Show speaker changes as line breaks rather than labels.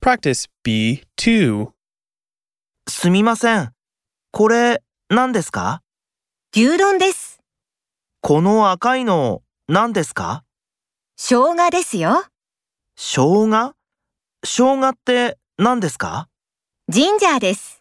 Practice B2.
すみません。これ、何ですか
牛丼です。
この赤いの、何ですか
生姜ですよ。
生姜生姜って何ですか
ジンジャーです。